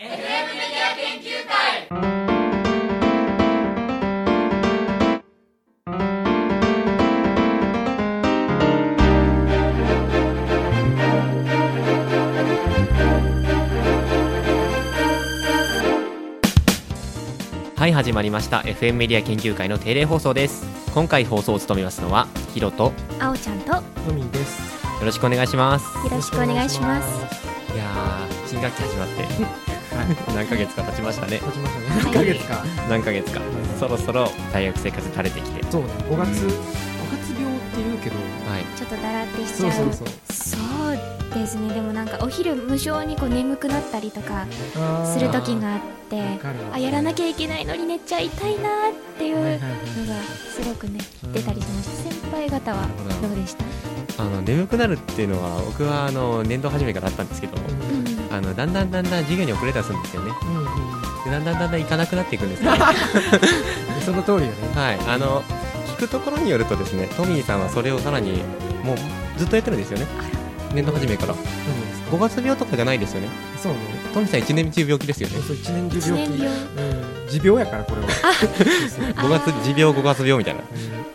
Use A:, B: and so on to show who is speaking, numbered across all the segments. A: FM メディア研究会
B: はい始まりました FM メディア研究会の定例放送です今回放送を務めますのはヒロとよ
C: あおちゃんとよ
D: トミーです。
B: ろしくお願いします
C: ろしくお願いします。
B: いやー新学期始まって 何ヶ月か経ちましたね
D: 始ましたね。
C: はい
D: 1ヶ月か。
B: 何ヶ月かそろそろ大学生活慣れてきて
D: そうね。5月、5月病って言うけど、
B: はい
C: ちょっとだらってしち
D: そう
C: ゃう。
D: そうそう。
C: そうですね。でもなんかお昼無性にこう眠くなったりとか
D: あー
C: する時があって、
D: わかるわ
C: あやらなきゃいけないのに寝ちゃいたいなーっていう
D: はい
C: のが
D: はいはい
C: すごくね出たりしました。先輩方はどうでした？
B: あの眠くなるっていうのは僕はあの年度初めからあったんですけど
C: うん
D: う
B: あのだんだんだんだん授業に遅れたりするんですよね
D: んうん
B: でだんだんだんだん行かなくなっていくんですね
D: うん。その通りよね。
B: はいあの聞くところによるとですねトミーさんはそれをさらにもうずっとやってるんですよね年度初めから
D: 何ですか
B: 5月病とかじゃないですよね
D: そうね。
B: トミさん一年中病気ですよね
D: そう一年
C: 一
D: 中病
C: 年
D: 気。
C: 病。
D: うん。持病やからこれは。そううん
B: 5月
C: あー
B: 持病5月病みたいな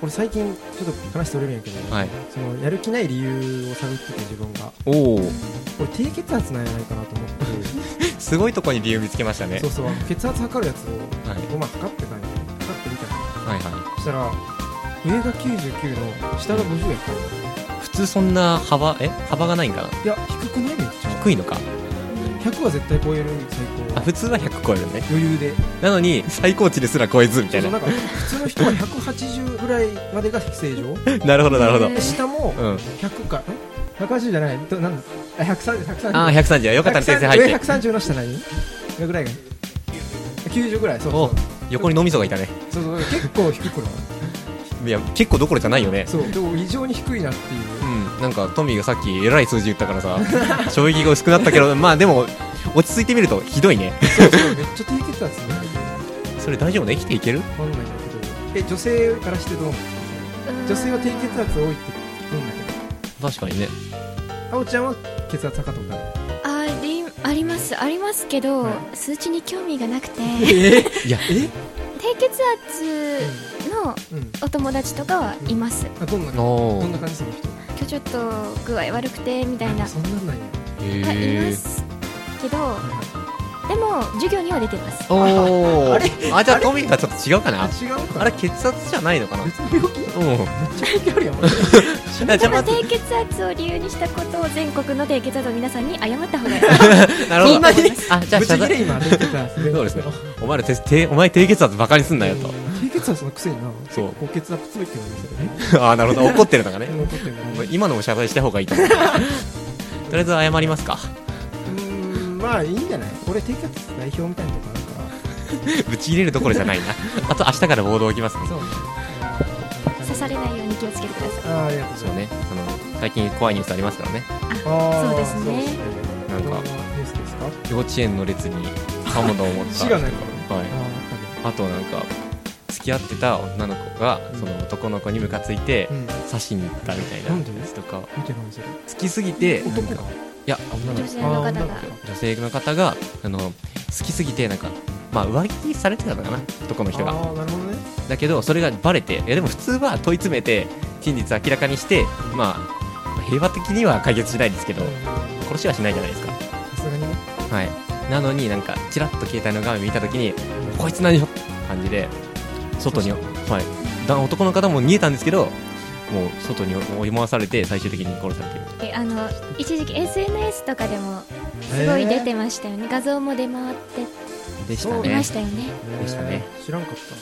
D: 俺最近ちょっと話それるんやけど、
B: はい
D: そのやる気ない理由を探ってて自分が
B: おお
D: 俺低血圧なんじゃないかなと思って、
B: すごいとこに理由見つけましたね
D: そうそう血圧測るやつを
B: はい
D: この前測ってたんや測ってみたの
B: はいは
D: そしたら上が99の下が50やったの
B: い普通そんな幅え幅がないんかない
D: や低くないめっちゃ
B: 低いのか
D: 100は絶対超える最
B: あ
D: 高
B: 普通は100超えるね
D: 余裕で
B: なのに最高値ですら超えずみた
D: そ
B: いな
D: うそうなんか普通の人は180ぐらいまでが正 常
B: なるほどなるほど
C: へー
D: 下も
B: うん
D: 100かん180じゃないとなんだあ130 130
B: ああ130よかったね先生入
D: 上
B: って
D: 130の下何ぐらいが90ぐらいそう
B: お横に脳みそがいたね
D: そうそうそう結構低くない
B: いや結構どころじゃないよね
D: そうでも異常に低いなっていううん
B: なんかトミーがさっきえらい数字言ったからさ 衝撃が薄くなったけどまあでも落ち着いてみるとひどいね
D: そうそうめっちゃ低血圧になる
B: それ大丈夫ね生きていける
D: わかんないんだけどえ女性からしてどう思う
C: うん
D: 女性は低血圧多いって聞くんだけど
B: 確かにね
D: あおちゃんは血圧測ったことある
C: ありありますありますけど、
D: は
C: 数値に興味がなく て
D: え
B: いや
D: え
C: 低血圧の
D: うん
C: お友達とかはいます。
D: あどんな
B: おお
D: どんな感じその人
C: 今日ちょっと具合悪くてみたいな
D: あそんなんなんや
C: はいい
B: へ
C: ま
B: え
C: すけどでも授業には出てます
B: おおあじゃあトミーがちょっと違うかな
D: あ
B: あ
D: 違うか
B: れ血圧じゃないのかなうん
D: 別に病気めっちゃ病気あるやん
B: いやじ
C: た
B: ゃあま
C: だ
B: ず
C: 低血圧を理由にしたことを全国の低血圧の皆さんに謝っ た方がいい
B: なるほど
C: そんなに
B: あじゃあ
D: ぶ
B: 謝
D: ち切
B: 罪
D: れ今出てた
B: そうですねお前らててお前低血圧バカにすんな よと
D: 低血圧のくせにな
B: そう
D: 結構血圧つぶってるんですよね
B: ああなるほど怒ってるのがね
D: 残ってるのう
B: 今のも謝罪した方がいいと 思うとりあえず謝りますか
D: ーんまあいいんじゃない俺低血圧代表みたいなとこあるか
B: ぶち入れるどころじゃないなあと明日からボード置きますね
D: らそうね
C: 刺されないように気をつけてください
D: あーありがとうご
B: そ
D: ざ
B: う
D: い
B: ねあの最近怖いニュースありますからね
D: ますあー
C: そうですね
B: なんか
D: どんなニュースですか
B: 幼稚園の列に刃物を持った
D: 知らないから
B: はい
D: あー
B: あとなんか付き合ってた女の子がその男の子にムカついて
D: うん
B: 刺しに行ったみたいな
D: なんで
B: やつとか
D: 見てないそれ
B: 好きすぎてなんか
D: 男か
B: いや女の
C: 女
B: 子
C: 性の方
D: あーな
C: が
D: るほど
B: 女性の方があの好きすぎてなんかまあ浮気されてたのかな男の人が
D: ああなるほどね
B: だけどそれがバレていやでも普通は問い詰めて真実明らかにしてまあ平和的には解決しないですけど殺しはしないじゃないですか
D: さすがにね
B: はいなのになんかチラッと携帯の画面見た時にこいつ何しょって感じで外に、はい、だ男の方も逃げたんですけどもう外に追い回されて最終的に殺されてる
C: えあの一時期 SNS とかでもすごい出てましたよね、画像も出回って
B: でした
D: そう
C: いま
B: ね
C: したよね
D: えー
B: でしたね
D: 知らんかったじゃ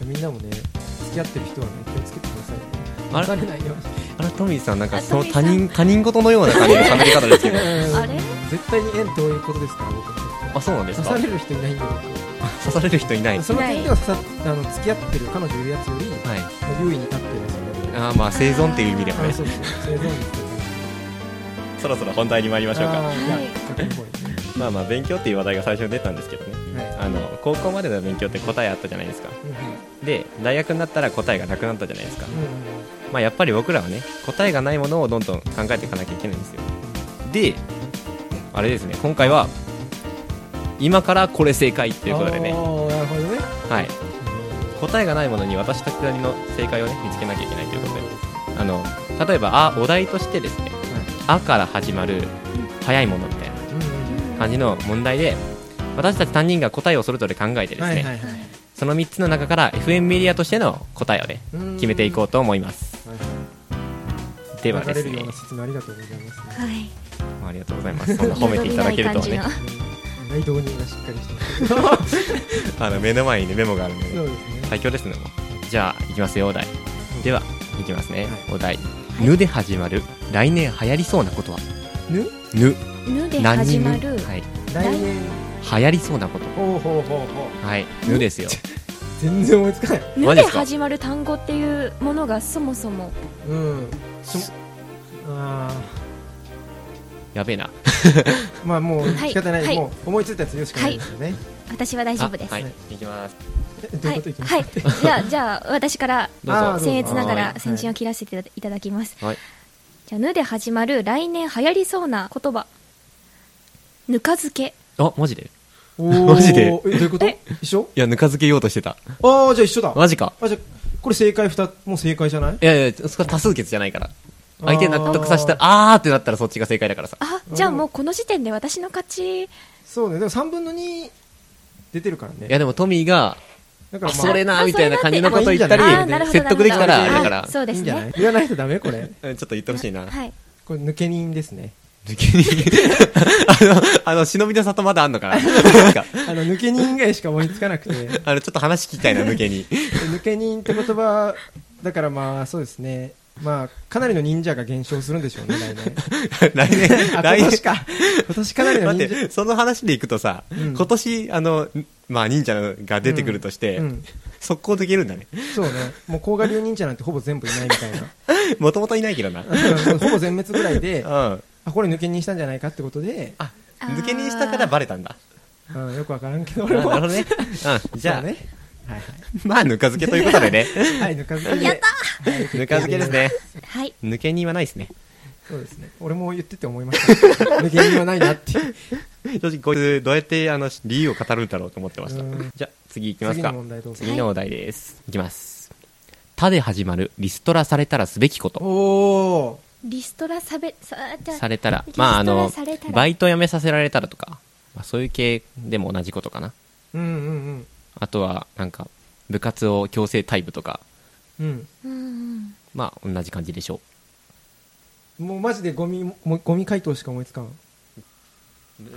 D: あみんなもね付き合ってる人はね気をつけてくださいね
B: あれ
D: 刺されないように
B: あらトミーさんなんか
C: あ
B: その
C: トミー
B: 他
C: さん
B: 人他人事のような感じの喋り方ですけ ど
C: あれ
D: 絶対に縁遠いことですから僕にとって
B: あ
D: は
B: そうなんです
D: 刺
B: か
D: され
B: 刺
D: る人いないんで
B: される人いない
D: 僕
B: はい
D: その点では刺さあの付き合ってる彼女いるやつより優位に立ってますよね
B: あーまあ生存っていう意味では
D: あ
B: ね
D: そうそう生存率と
B: そろそろ本題に参りましょう
D: か
B: か
D: あーじゃあ企画の方にね
B: まあまあ勉強っていう話題が最初に出たんですけどね
D: はい
B: あの高校までの勉強って答えあったじゃないですか
D: うん
B: で大学になったら答えがなくなったじゃないですか
D: うんうん
B: まあやっぱり僕らはね答えがないものをどんどん考えていかなきゃいけないんですよであれですね今回は今からこれ正解っていうことで
D: あ
B: ね、
D: ーなるほどね
B: はい、答えがないものに私たちなりの正解をね見つけなきゃいけないということであの例えばあお題としてですね「あ」から始まる早いものみたいな
D: うんうん
B: 感じの問題で私たち3人が答えをそれぞれ考えてですね、
D: はいはいは
C: はい
D: い
B: その3つの中から FM メディアとしての答えをね
D: うん
B: 決めていこうと思います
D: はい
B: ではで
D: 流
B: す
D: れるよ
B: ね
D: うな説明ありがとうございますね
C: はい
B: ありがとうございますそんな褒めていただけるとは ね
C: 彩りない感じ
D: うん内導入がしっかりしてます
B: あの目の前にねメモがあるんで
D: そ
B: ね
D: うですね
B: 最強ですねもうじゃあいきますよお題ではいきますね
D: はい
B: お題「ぬ」で始まる来年流行りそうなことは
D: ぬ
B: 「ぬ」
C: のぬで
B: 何
C: 始
B: ぬ
C: まる
B: はい
D: 来年
B: 流行りそうなこと
D: ほうほうほうほう
B: はい「ぬ」ですよ
D: 全然思いつかない
C: ぬ
B: マジ
C: で
B: ですか
C: 始まる単語っていうものがそもそも
D: うんそあ
B: やべえな
D: ーまあもう
C: はい
D: 仕方ない、
C: はい
D: もう思いついたやつ言うしかないですよね、
C: 私は大丈夫です
B: あ
C: は
B: はいいいきます
D: えどう
C: は
D: いうこ
C: い
D: といきます
C: じゃあじゃあ私から
B: どう
D: あー
B: ぞ
C: 僭越なが
B: は
C: ら
D: い
C: 先陣を切らせていただきます
B: はい
C: じゃあ「ぬ」で始まる来年流行りそうな言葉ぬか漬け
B: あマジで
D: おー
B: マジで
D: えどういうこと
C: え
D: 一緒
B: いやぬか漬けようとしてた
D: ああじゃあ一緒だ
B: マジか
D: あじゃあこれ正解2もう正解じゃない
B: いやいや、そこは多数決じゃないから。
D: あー
B: 相手納得させたら、あーってなったらそっちが正解だからさ。
C: あ
D: うん
C: じゃあもうこの時点で私の勝ち
D: そうねでも3分の2出てるから
B: いや
D: ね
B: でもトミーが、
D: だから
B: あ、
D: まあ
B: それな、
C: あ
B: みたいな感じのこと言った
C: あ
B: り
D: いいんじゃな
C: ー
D: い
C: なる、ほど
B: 説得できたら、
C: なるほ
B: だ
C: ど
B: から、
C: あ
B: ちょ
C: そうで
D: いい
C: す
D: んじゃない
C: ね
D: 言わないとダメ これ
B: っと言ってほしいな。
C: はい
D: これ抜け人ですね
B: 抜けに あの、あの、忍びの里まだあんのかな なんか、
D: あの抜け人以外しか思いつかなくて
B: あの、ちょっと話聞きたいな、抜け に。
D: 抜け人って言葉だからまあそうですねまあかなりの忍者が減少するんでしょう ね来年
B: 来年、
D: あ
B: 来
D: 今年
B: 年。
D: か今年かなりの
B: 待
D: 忍
B: っ
D: 者
B: て、その話でいくとさ、
D: うん
B: 今年、あの、まあ、忍者が出てくるとして、
D: うん
B: 速攻できるんだね。
D: そうねもう甲賀流忍者なんてほぼ全部いないみたい
B: もともといないけどな。うん。
D: なほぼ全滅ぐらいで
B: あ、
D: あこれ抜け人したんじゃないかってことで、
B: 抜けにしたからバレたんだ。
D: うん、よくわからんけど
B: あなる
D: 俺も
B: ほどね。うん。じゃ
D: そ
B: あ
D: う、ねはい
B: まあ、ぬか漬けということ でね。
D: はい、はい、ぬか漬けで
C: やった
D: はい
B: ぬか漬けですね。
C: はい
B: 抜けにはないですね。
D: そうですね俺も言ってて思いました抜け人はないなって
B: 正直、こいつ、 どうやって、あの、理由を語るんだろうと思ってました
D: うん。
B: じゃあ、次行きます
D: 次の
B: か。
D: 問題どうぞ
B: 次のお題です。いきます。他で始まる、リストラされたらすべきこと。
D: おお
C: リストラさべさじゃあ
B: されたら
C: リ、ストラ
B: まあ、あの
C: された、ら
B: バイト辞めさせられたらとか、まあ、そういう系でも同じことかな。
D: うんうん
B: あとは、なんか、部活を強制退部とか、
D: うん
C: うんうん
B: まあ、同じ感じでしょ
D: うんもうマジでゴミもゴミ回答しか思いつかん
B: う。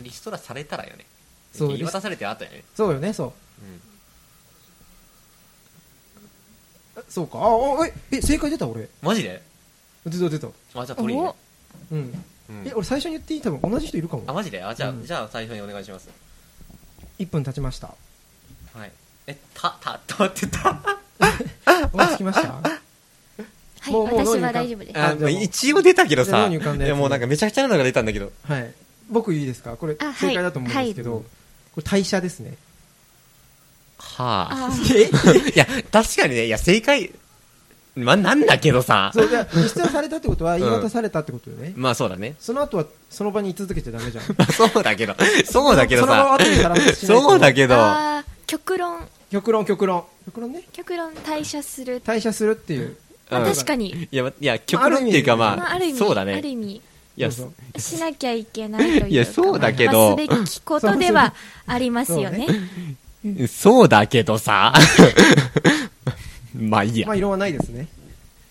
B: リストラされたらよね。
D: そう言い渡
B: されてあったよね。
D: そうよねそうえそうかああええ正解出た俺
B: マジで
D: 出た出た
B: あ、じゃあ
C: 取りにね
D: うんえ俺最初に言っていい多分同じ人いるかも
B: マジであ
D: じゃあうんじ
B: ゃあ最初にお願いします
D: 1分経ちました
B: はいえたたたって た
D: 思いつきました
C: はい
D: もうもう
C: 私
D: 脳に浮
C: は
D: かん
C: 大丈夫です
D: あ
B: あ
D: でも
B: 一応出たけど
D: いや
B: さ
D: 脳に浮かんだやつ
B: いやもうなんかめちゃくちゃなのが出たんだけど
D: はい僕いいですかこれ
C: あはい
D: 正解だと思うんですけど、
C: はい
D: これ代謝ですね
B: はあ
C: あー
D: え
B: いや確かにねいや正解まあなんだけどさ
D: そうじゃあ実践されたっ てことは
B: ん
D: 言い渡されたってことよね、
B: まあそうだね
D: その後はその場に居続けちゃダメじゃん
B: まあそうだけどそうだけど
D: その場を
B: さ
D: 後にさらっとしないと
B: そうだけど
C: あー極論
D: 極論極論極論ね
C: 極論退社する、
D: 退社するっていう
C: まあ、
B: うん
C: 確かに、
B: いやまいや極論っていうか
D: ま
B: まあ
C: まあ、ある意味
B: そうだ
C: ある
B: ね
C: 意味
B: いや
D: そうそう
C: しなきゃいけないというか
B: いやそうだけど
C: まあすべきことではありますよね
D: そ
B: そうだけどさまあいいや
D: まあ異論はないですね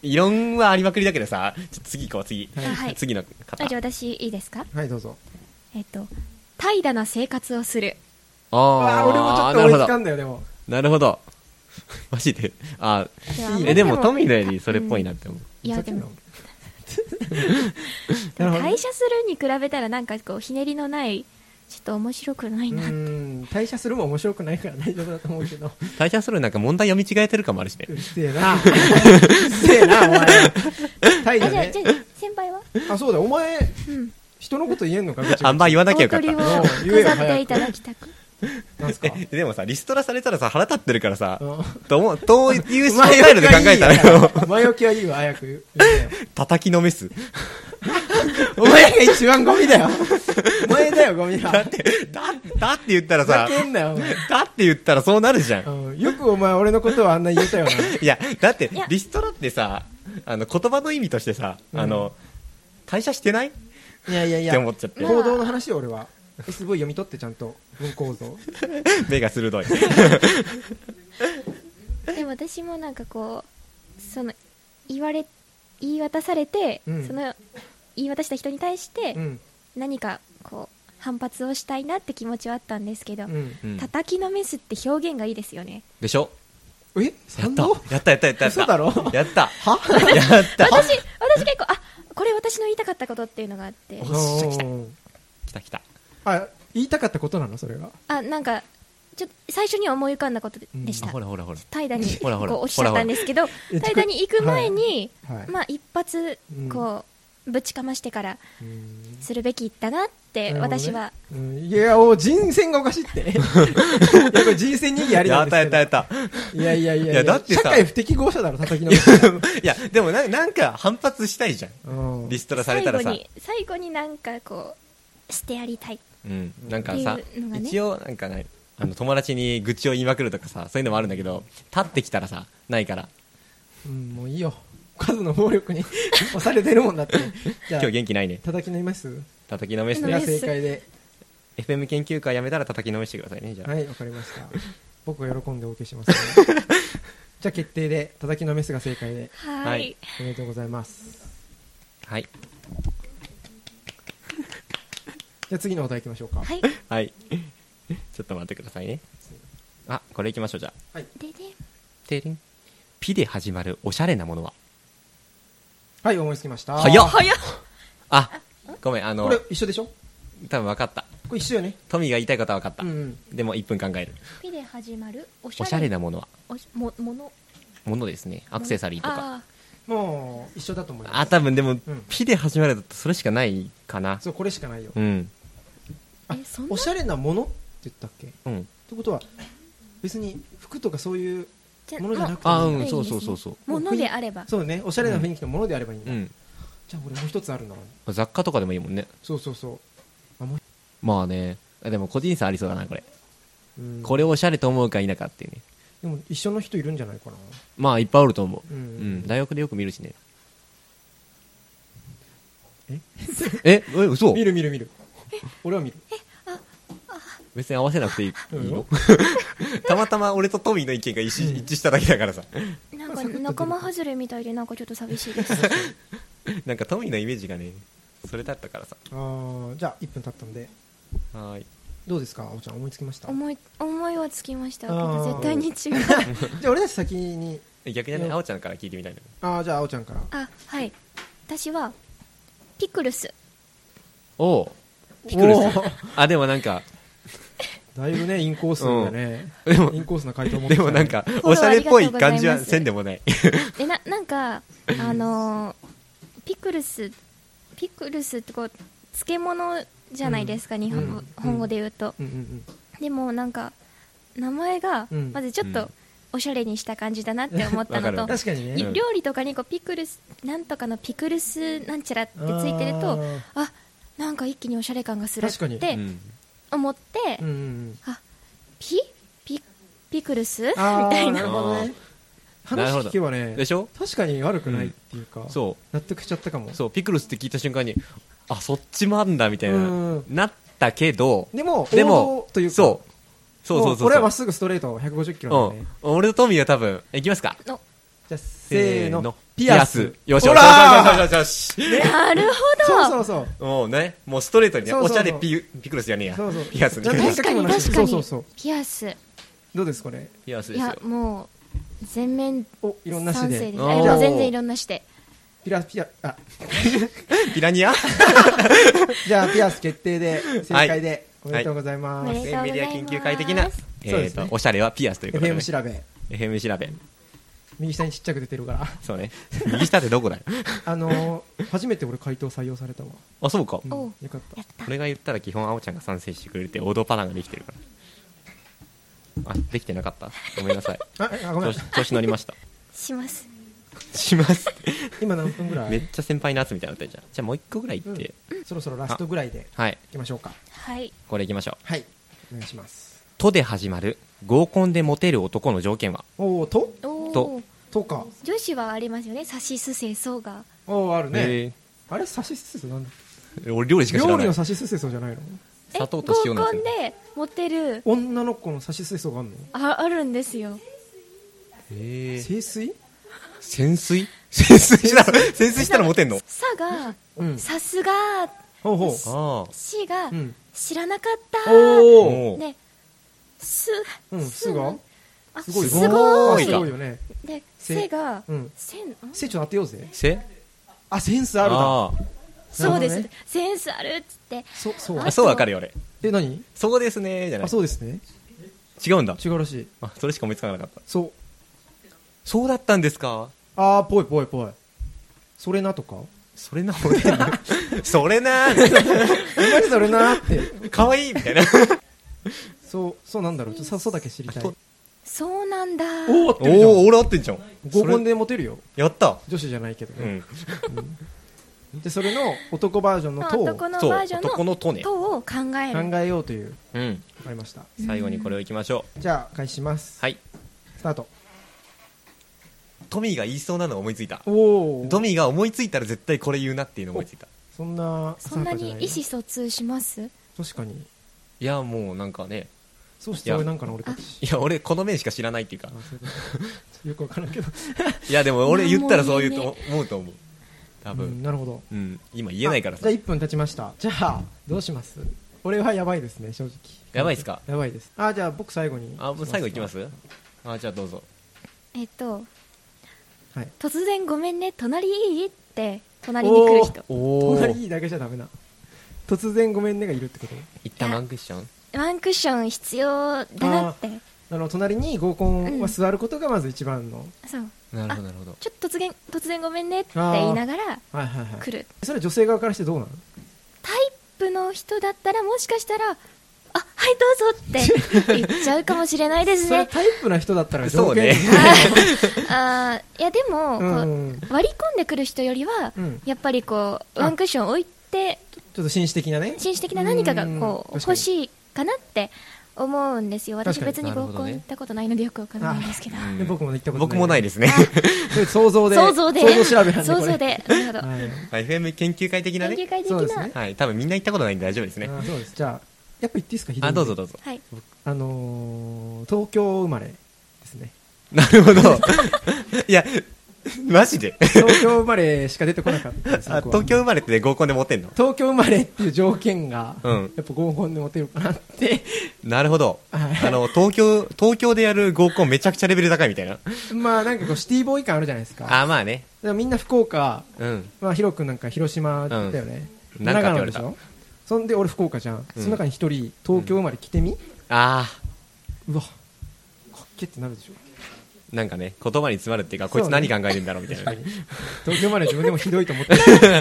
B: 異論はありまくりだけどさちょっと次行こう次
C: あはい
B: 次の
C: あ
B: 方
C: じゃあ私いいですか
D: はいどうぞ
C: えっと怠惰な生活をする
D: あ
B: あ
D: あ俺もちょっ
B: な
D: と
B: る
D: 思
B: ほ
D: いつ
B: ど
D: かんだよでも
B: なるほど。 マジで。あ
C: では
D: あんまり
B: え、でも、トミーのよりそれっぽいなって思う。
C: いやで
D: ふざ
C: も
D: けんななるほど
C: 退社するに比べたらなんかこうひねりのないちょっと面白くないうな、
D: ーん退社するも面白くないから大丈夫だと思うけど
B: 退社するなんか問題読み違えてる感もあるしね
D: う。っせえなうっせえなお前
C: あ
D: 怠
C: じゃ
D: 惰
C: あ
D: ね
C: じゃあ先輩は
D: あそうだお前
C: うん
D: 人のこと言えんのかぐちぐち
B: あんま言わなきゃ
C: 大
B: よかっ
C: 鳥を
B: た。
D: もう言えよ
C: 飾っていただきたく
D: なんすか
B: え、でもさ、リストラされたらさ、腹立ってるからさ
D: う、ん
B: と思う、という スタイルで考えたらよ、
D: 前置きはいいわ早く言えよ
B: 叩きのメス。
D: お前が一番ゴミだよ。お前だよ、ゴミが。
B: だ、だって言ったら
D: ふざ
B: さ、
D: けんなよ、お前
B: だって言ったらそうなるじゃん。
D: うんよくお前、俺のことはあんな言えたよな。
B: いや、だって
C: いや、
B: リストラってさ、あの、言葉の意味としてさ、
D: うん
B: あの、退社してない
D: いやいやい
B: って
D: や、
B: 思っちゃって
D: 行動の話よ、俺は。すごい読み取って、ちゃんと。文構造。
B: 目が鋭い。
C: でも私もなんかこうその言われ言い渡されて、
D: うん
C: その言い渡した人に対して
D: うん。
C: 何かこう反発をしたいなって気持ちはあったんですけど、
D: うん。
B: うん
C: 叩きのメスって表現がいいですよね
B: でしょ
D: え
B: やっ
D: 賛
B: た
D: 同
B: やったやったやった。
D: 嘘だろ
B: やった。
D: は
B: やった。
C: 私私結構あこれ私の言いたかったことっていうのがあ って
B: おっしゃ来た
D: うん
B: 来た来た。
D: あ、言いたかったことなのそれが。
C: あなんかちょっと最初には思い浮かんだことででし
B: あ
C: た、
B: ほらほらほら。
C: 怠惰 に
B: ほらほら
C: こう落ちちゃったんですけど
D: ほら
C: 怠惰に行く前に、
D: はい。
C: まあ一発
D: うん
C: こうぶちかましてから
D: うん
C: するべきだなって
D: なるほどね
C: 私は
D: うんいや、お人選がおかし いって。いや、これ人選にやりな
B: や
D: ん
B: っ
D: で
B: た
D: すけ
B: やっ
D: ど
B: たやった。
D: いやいやいや
B: いやだってさ
D: 社会不適合者だろ、叩きの人。
B: いや、でもななんか反発したいじゃん。
D: うん
B: リストラされ
C: 最
B: たら
C: 後
B: さ。
C: に最後になんかこうしてやりたい
B: うん。なんかさ
C: っていうの、がね
B: 一応なんかない。あの友達に愚痴を言いまくるとかさそういうのもあるんだけど立ってきたらさないから
D: うん、もういいよ。数の暴力に 押されてるもんだって。じ
B: 今
D: ゃあ
B: 日、元気ないね
D: 叩きのいます
B: 叩きのめし
C: う
B: て
C: ん
D: が
B: ね
D: 正解で。
B: FM 研究会やめたら叩きのめしてくださいねじゃあ
D: はい、わかりました。僕は喜んでお受けし ます、ね。じゃあ決定で、叩きのメスが正解で、
C: はい
B: はい
D: おめでとうございます。
B: はい
D: じゃあ次のお題いきましょうか。
C: はい
B: はい。 ちょっと待ってくださいね。あ、これ行きましょう、じゃあ。
C: でで
B: てりん。ピで始まるおしゃれなものは
D: はい、思いつきました。
B: 早っ
C: 早っ
B: あ、ごめん、あ
D: こ
B: の
D: れ、一緒でしょこ
B: 多分分かった。
D: れ一緒よね。
B: トミーが言いたいことは分かった
D: うん。うん。
B: でも1分考える。
C: ピで始まるおし
B: お
C: ゃ
B: しゃ
C: れ
B: れなものは
C: おしももの
B: ものですね。アクセサリーとか。
C: あ
D: もう、一緒だと思います。
B: あ、多分でも
D: うん、
B: ピで始まるだとそれしかないかな。
D: そう、これしかないよ。
B: うん。
C: ーえそんな
D: おしゃれなものって言ったっけっ
B: うん。
D: てことは、別に服とかそういう、
C: じ
D: ものじゃなくて
B: あ、
D: あ
B: うん、
C: いいですね
B: そうそうそうそう。
C: ものであれば
D: そうね、おしゃれな雰囲気のものであればいいんだ。
B: うん。
D: じゃあ俺もう一つあるんだわ
B: 雑貨とかでもいいもんね。
D: そうそうそう。
B: まあね。あでも個人差ありそうだな、これ。
D: うん
B: これをおしゃれと思うか否かっていうね。
D: でも一緒の人いるんじゃないかな。
B: まあ、いっぱいあると思う。
D: う
B: うんん、。大学でよく見るしね。
D: え
B: え、え、嘘
D: 見る見る見る。俺は見る。
B: 別に合わせなくていい
D: うん
B: いいよ。 たまたま俺とトミーの意見が一致一致しただけだからさ。
C: なんか仲間外れみたいでなんかちょっと寂しい です
B: なんかトミーのイメージがね、それだったからさ。
D: ああ、じゃあ1分経ったんで。
B: はーい。
D: どうですか、あおちゃん思いつきました。
C: 思い思いはつきましたけ
D: あ
C: ど
D: ー
C: 絶対に違う
D: じゃあ俺たち先に、
B: え逆にね、
D: うん
B: あおちゃんから聞いてみたいの。
D: ああ、じゃああおちゃんから。
C: あはい私はピクルス
B: おうピクルス
D: おー。
B: あ、でもなんか、
D: だい ぶね、インコースだね。
B: でも
D: イ、ンコースな回答持って
B: で
D: きた
B: も
D: ね
B: なん、か、
C: フォロー
B: おしゃれっぽい感じ
C: あ
B: は
C: りがとうございます
B: せんでもない。
C: でななんかあのーピクルスピクルスってこう漬物じゃないですか、日本語
D: うん
C: 日本語で言うと、
D: うんうん
C: でもなんか名前が
D: うん
C: まずちょっ
B: う
C: と
B: ん
C: おしゃれにした感じだなって思った
B: わか
C: のと
B: る、
D: うん。確かに
C: い
D: ね。
B: うん
C: 料理とかにこうピクルスなんとかのピクルスなんちゃらってついてる
D: あ
C: と
D: ー
C: あなんか一気におしゃれ感がするっ
D: 確かに
B: う
C: て
B: ん
C: 思って、
D: うんうんうん。
C: あピピピクルス み
D: あ
C: たいな
D: あ、なるほどね。話聞けばね
B: で、しょ
D: 確かに悪くないっていうか、
B: そ
D: 納得しちゃったかも
B: う。。そう、ピクルスって聞いた瞬間に、あ、そっちもあんだ、みたいな
D: うん。
B: なったけど、
D: でも、
B: で
D: 王
B: も
D: 道というか、
B: そうそうそうそうそう
D: も俺はまっすぐストレート150キロだね。
B: うん、俺とトミーは多分いきますか
C: の
D: じゃあ、せーの。
B: ピアスよしよしよ
D: ほら
B: しよしよしよし
C: なるほ
D: そう
C: ど
D: そうそう。
B: もうねもうストレートにね
D: そうそうそう
B: おしゃれピピクルスじゃねえや
D: そうそう
B: ピアス
D: じゃあ確
C: 確かに
D: もなし
C: 確かに
D: そうそうそう
C: ピアス
D: どうですこれ
B: ピアス
C: い
B: ですよ
C: やもう全面
D: おいろんな種
C: 賛成
D: で
C: です
B: お
C: あ
B: ー
C: もう全然いろんなして
D: ピラピラあ
B: ピラニア
D: じゃあピアス決定で正解で、おめでとうござい
C: お
D: ま
C: め
D: す、
C: でとうございます
B: メディア研究会的なえ
D: そうで
B: ー
D: すね
B: とおしゃれはピアスということで
D: FM 調べ
B: FM 調べ
D: 右下にちっちゃく出てるから
B: そうね右下ってどこだよ
D: あのー、初めて俺回答採用されたわ、
B: あそうか
D: うん
C: おう
D: よかった
C: やった
B: 俺が言ったら基本あおちゃんが賛成してくれるって王道パターンができてるからあできてなかったごめんなさい
D: ああごめん
B: 調子調子乗りました
C: します
B: します
D: 今何分ぐらい
B: めっちゃ先輩の圧みたいになってるじゃんじゃあもう一個ぐらい行って、
D: そろそろラストぐらいで
B: はい
D: いきましょうか
C: はい
B: これ行きましょう
D: はいお願いします
B: 「と」で始まる合コンでモテる男の条件は
D: おおと
C: お
B: と
C: お
D: とか
C: 女子はありますよねさしすせそうが
D: おおあるね
B: え
D: あれ差しすせそなんだ
B: ー俺料理しか知ら
D: 料
B: な
D: 理
B: い
D: の差しすせそじゃないの
C: え
B: 砂糖
C: 合
B: と
C: コ
B: 塩
C: ン
B: なんですよ
C: でモテる
D: 女の子の差しすせそがあるの
C: ああるんですよ
B: えー
D: 清水
B: 潜水潜水したら潜水したらモテんの
C: さが
D: うん
C: さすが
D: ほうほ
B: ああ
C: しが
D: ううん
C: 知らなかった
D: おお
B: おー
C: ねす
D: うんすが
C: あ
D: すごい
B: すごい
D: すごいよね
C: で
D: せ
C: せが
D: うん
C: せんん
D: せちょっと当てようぜ
B: せ
D: あセンスあるだ
B: あー
D: なる
C: そ
D: ほ
C: う
D: どね
C: ですセンスあるっつって
D: そそう
B: あそうわかるよ俺
D: え何
B: そうですねーじゃない
D: あそうですね
B: 違うんだ
D: 違うらしい
B: あそれしか思いつかなかった
D: そう
B: そうだったんですか
D: あーぽいぽいぽいそれなとか
B: それなモテんのそれなー
D: やっぱりそれなーって
B: かわいいみたいな
D: そうそうなんだろうちょっとさそうだけ知りたい
B: あと
C: そうなんだ
D: おお合ってるじゃ
B: おお
D: ん
B: 俺合ってんじゃん
D: 合コンでモテるよ
B: やった
D: 女子じゃないけど
B: う
D: ね、
B: ん
D: でそれの男バージョンの「と」を
C: 男
D: 考
C: の
B: そう
C: バージョン
B: 男のとね
C: とを考える
D: えようという
B: うん
D: わかりました
B: 最後にこれをいきましょう
D: じゃあ開始します
B: はい
D: スタート
B: トミーが言いそうなのを思いついた
D: おお
B: トミーが思いついたら絶対これ言うなっていうのを思いついた
D: そんな
C: そんなに
D: 浅はかじゃい
C: 意思疎通します
D: 確かに
B: いやもうなんかね
D: そうし
B: い
D: て
B: や
D: 俺なんかな俺たち
B: いや俺この面しか知らないっていうか
D: あそういうことちょっとよくわからんけど、
B: いやでも俺言ったらそう言う
C: なん
B: と
C: も
B: 思うと思う多
D: うん
B: 分
D: なるほど
B: うん今言えないからさ
D: あじゃあ1分経ちましたじゃあどうしますこれはやばいですね正直
B: やばいっすか
D: やばいですあじゃあ僕最後に
B: あもう最後いきますすあじゃあどうぞ
C: えっと
D: はい
C: 突然ごめんね隣いいって隣に来る人
B: お
D: 隣だけじゃダメな突然ごめんねがいるってこと
B: 一旦ワンクッション
C: ワンクッション必要だなって
D: あの隣に合コンは座ることがまず一番の、
C: そう
B: なるほどなるほど
C: ちょっと突然突然ごめんねって言いながら
D: はいはいは
C: 来
D: い
C: る
D: それは女性側からしてどうなの
C: タイプの人だったらもしかしたら「あはいどうぞ」って言っちゃうかもしれないです
D: それ
C: ね
D: タイプな人だったら
B: そ
D: 条
B: うね
D: 件
C: あーいやでも、こう
D: うん
C: 割り込んでくる人よりは、
D: うん
C: やっぱりこう
D: あ
C: ワンクッション置いて
D: ちょっと紳士的なね
C: 紳士的な何かがこう
D: うん確かに
C: 欲しいかなって思うんですよ私
D: 確か
C: 別
D: に
C: に合
B: なるほ
C: コ
B: ど
C: ン
B: ね
C: 行ったことないのでよくわからないんですけど、
B: あ
D: で僕も行ったこと
B: 僕もないですね
D: す想像で
C: 想像で
D: 想像調べなん
C: 想
D: で
C: 像
D: こ
C: でなるほど
D: れ、はい
B: FM 研究会的な
C: 研究
B: ね
C: 会的
D: そうで
C: な、
D: すね
B: はい多分みんな行ったことないんで大丈夫ですね
D: あそうですじゃあやっぱ言っていいですか
B: あどうぞどうぞ
C: はい
D: あのー、東京生まれですね
B: なるほどいやマジで
D: 東京生まれしか出てこなかったんです
B: あ
D: 僕は
B: 東京生まれって合コンでモテんの
D: 東京生まれっていう条件が、
B: うん
D: やっぱ合コンでモテるかなって
B: なるほど
D: はい
B: あの東京東京でやる合コンめちゃくちゃレベル高いみたいな
D: まあなんかこうシティボーイ感あるじゃないですか
B: あまあね
D: でもみんな福岡、
B: うん
D: まあ、ヒロ君なんか広島だよね、
B: うんなんか
D: 長
B: って言
D: 野
B: わ
D: で
B: れ
D: したょそんで俺福岡じゃん、
B: うん
D: その中に一人東京生まれ来てみ、
B: あ
D: うわかっけってなるでしょ
B: あなんかね言葉に詰まるっていうか
D: そ
B: こ
D: う
B: い
D: ね
B: つ何考えてんだろうみたいなね
D: 東京生まれ自分でもひどいと思ってる
C: 斜め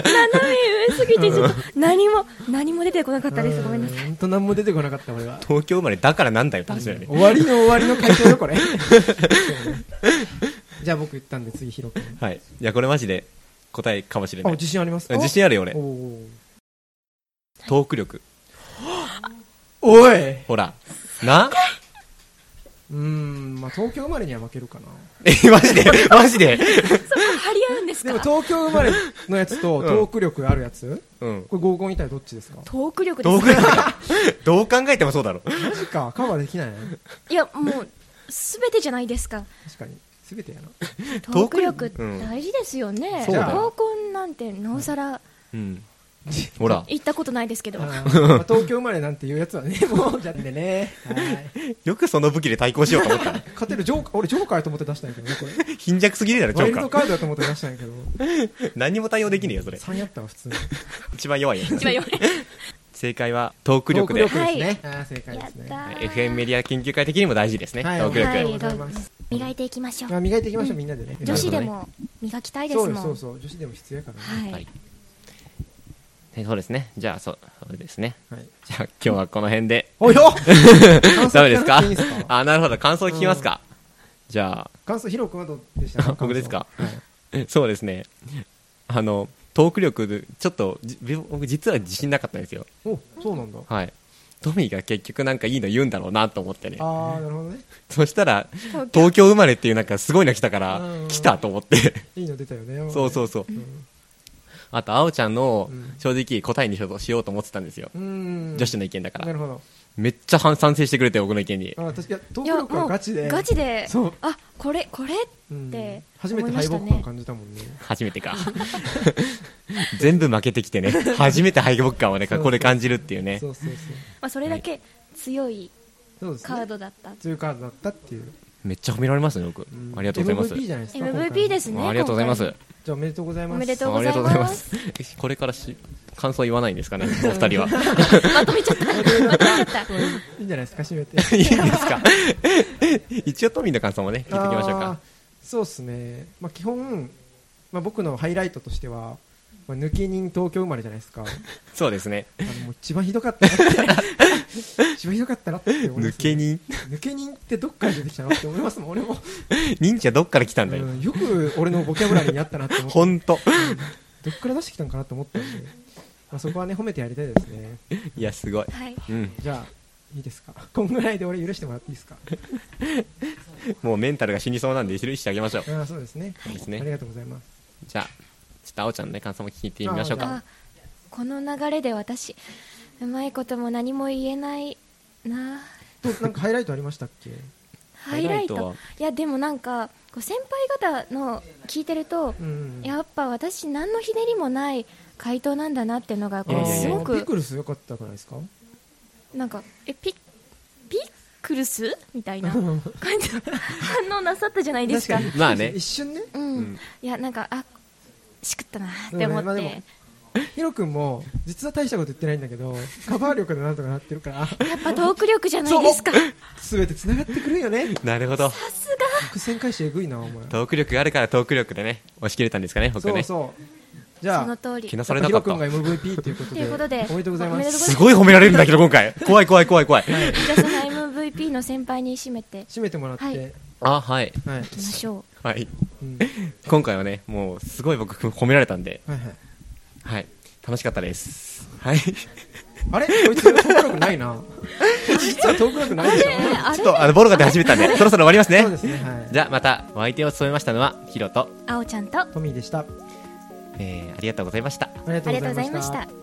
C: 上すぎてちょっと何も何も出てこなかったですごめんなさい
D: 本当何も出てこなかった俺は
B: 東京生まれだからなんだよって話だよね
D: 終わりの終わりの回答よこ れそうねじゃあ僕言ったんで次ヒロ君
B: はいいやこれマジで答えかもしれ
D: あ
B: ない
D: 自信ありますか
B: 自信あるよ俺
D: おー
B: トーク力
D: おいう
B: ほらな
D: ーんまあ東京生まれには負けるかな
B: えマジでマジで
C: 張り合うんです
D: で
C: か
D: も東京生まれのやつと
B: うん
D: トーク力あるやつ、
B: うん
D: これ合コンいたらどっちですか
C: トーク力
B: ど
C: で
B: う
C: す
B: 考えどう考えてもそうだろ
D: マジかカバーできない
C: いやもう全てじゃないですか
D: 確かに全てやな
C: トーク力
B: トーク力うん
C: 大事ですよね
B: そう
D: だよ
C: 合コンなんてなおさら
B: うんほら
C: 行ったことないですけど
D: あーまあ東京生まれなんていうやつは ねもうじゃってねはい
B: よくその武器で対抗しようと思ったね
D: 勝てるジョーカー俺ジョーカーやと思って出したんやけどね これ
B: 貧弱すぎるだろチ
D: ワイ
B: ョ
D: ルド
B: ー
D: カ
B: カ
D: ードだと思って出したんやけど
B: ー何にも対応できねえよそれ
D: 3やったわ普通に
B: 一番弱いよ
C: 一番弱い
B: 正解はトーク力で
D: トーク力ですね、あー正解で
C: やっ
D: すね
C: たー
B: FM メディア研究会的にも大事ですね、
D: はい
B: トーク力、
D: はい
C: 磨いていきましょ
D: まあ、
C: う
D: 磨いていきましょうみんなでね
C: 女子でも磨きたいです
D: そ
C: も
D: うんですそうそう女子でも必要やからね
C: は
B: はいいねそうですねじゃあそうそうですね
D: はい
B: じゃあ今日はこの辺で
D: およ
B: ダメですか
D: いいですか
B: あなるほど感想聞きますか、じゃあ
D: 感想ヒロ君はどうでしたか
B: 僕ですか
D: 感想はい
B: そうですね。あの、トーク力で、ちょっと、じ僕実は自信なかったんですよ。
D: おそうなんだ
B: はい。トミーが結局なんかいいの言うんだろうなと思ってね。
D: ああなるほどね
B: そしたら、
C: 東京
B: 東京生まれっていうなんかすごいの来たから
D: うん、
B: 来たと思って。
D: いいの出たよね
B: そうそうそう。
D: ん
B: あと、あおちゃんの
D: うん
B: 正直答えにしようとしようと思ってたんですよ。
D: うん
B: 女子の意見だか
D: な
B: ら。
D: るほど
B: めっちゃ反賛成してくれて、僕の意見に。
D: あ確かにト
C: い
D: ーク
C: や
D: 力
C: も
D: は
C: う
D: ガチで
C: ガチで
D: そう
C: あこれこれ
D: うん
C: で
D: 初めて敗北感感じたもんね
B: 初めてか。 全部負けてきてね。初めて敗北感をね、
D: そうそう
B: これ感じるっていうね
D: そ。うそうそう
C: まあ、それだけ強い
D: そうですね
C: カードだった、
D: というカードだったっていう
B: めっちゃ褒められますね、僕
D: うん。
B: ありがとうございます。
D: MVP じゃないですか
C: MVP ですすね
B: ありがとうございま
C: 今
B: す。
D: じゃあおめでとうございます
C: おめでとう
B: あ
C: ご
B: り
C: ざ
B: が
C: い
B: とう
C: ま
B: ご
C: す
B: ざいます。これからし感想言わないんですか ね、お二人は。
C: 回まとめちゃったまとめちゃった
D: いいんじゃないですか締めて
B: いいんですか 一応、トミーの感想もね、聞いていきましょう
D: あー
B: か。
D: そうですね、まあ、基本、まあ、僕のハイライトとしては、まあ、抜け人東京生まれじゃないです かあ
B: そうですね。
D: のもう一番ひどかったなって一番ひどかったなって思いま
B: 抜
D: すね、
B: け人
D: 抜け人ってどっから出てきたのって思いますもん俺も、
B: 忍者どっから来たんだよ
D: う。ん、よく俺のボキャブラリーにあったなって思っ て
B: ほんと。
D: どっから出してきたのかなって思ったんで、まあ、そこはね褒めてやりたいですね
B: いや、すごい。
C: はい
B: うん。
D: じゃあいいですかこんぐらいで俺許してもらっていいで すか
B: もうメンタルが死にそうなんで、許してあげましょう。
D: ああそうですね
B: そうです
D: あり
B: ね。
D: がとうございます
B: じゃあ、ちょっと、あおちゃんのね、感想も聞いてみましょう
D: あ
B: か。
C: あこの流れで私うまいことも何も言えないな
D: となんかハイライトありましたっけ
C: ハイライ
B: ハイラ
C: ト
B: イトはい
C: やでもなんかこう先輩方の聞いてると、
D: うん
C: やっぱ私何のひねりもない回答なんだなっていうのがこ
B: いや
C: う
B: いやいや
C: すご
D: ピ
C: く
D: クルス良かったくないですか
C: なんかえピピックルスみたいな感じ反応なさったじゃないですか
D: 確かに
B: まあね
D: 一瞬ね
C: うん、
B: うん
C: いやなんかあしくったなって思
D: まあ
C: っ
D: で
C: て、
D: もヒロ君も実は大したこと言ってないんだけどカバー力でなんとかなってるから
C: やっぱトーク力じゃないですか
D: 全て繋がってくるよね
B: なるほど。
D: 伏線回収えぐいなお前
B: トーク力があるから、トーク力でね、押し切れたんですかね、僕
D: そう
B: ね。
D: そうじ
C: そ
D: ゃあ
C: の通り
B: 気なさ
D: やっ
B: れな
D: ぱヒ
B: か
D: ロ
B: っ
D: 君が
B: た。
D: MVP ということ
C: とい
D: で
C: うことで
D: おめでとうございま
C: お
D: す
C: めでとうございます
B: すごい褒められるんだけど、今回。 怖い怖い怖い怖い。
C: じゃあその MVP の先輩に締めてい
D: 締めてもらって、
C: は
D: はいい
B: あ、はい。
D: はい
C: きましょ
B: はい。
D: うん
B: 今回はね、もう、すごい僕、褒められたんで、
D: はいはい、
B: はい。楽しかったです。はい。
D: あれこいつトーク力ないな こいつ実はトーク力 ないでしょ
C: う、えーあ
B: ちょ
C: れ
B: っと、あの、ボロが出始めたん で、そろそろ終わります
D: そうで
B: ね。
D: すねはい
B: じゃあ、また、お相手を務めましたのは、ヒロと、
C: あおちゃんとあ
D: トミーでしたあ
B: えー、ありがとうございました。
D: りがとう
C: り
D: ご
C: がと
D: ざ
C: う
D: い
C: ござい
D: ま
C: ま
D: し
C: したた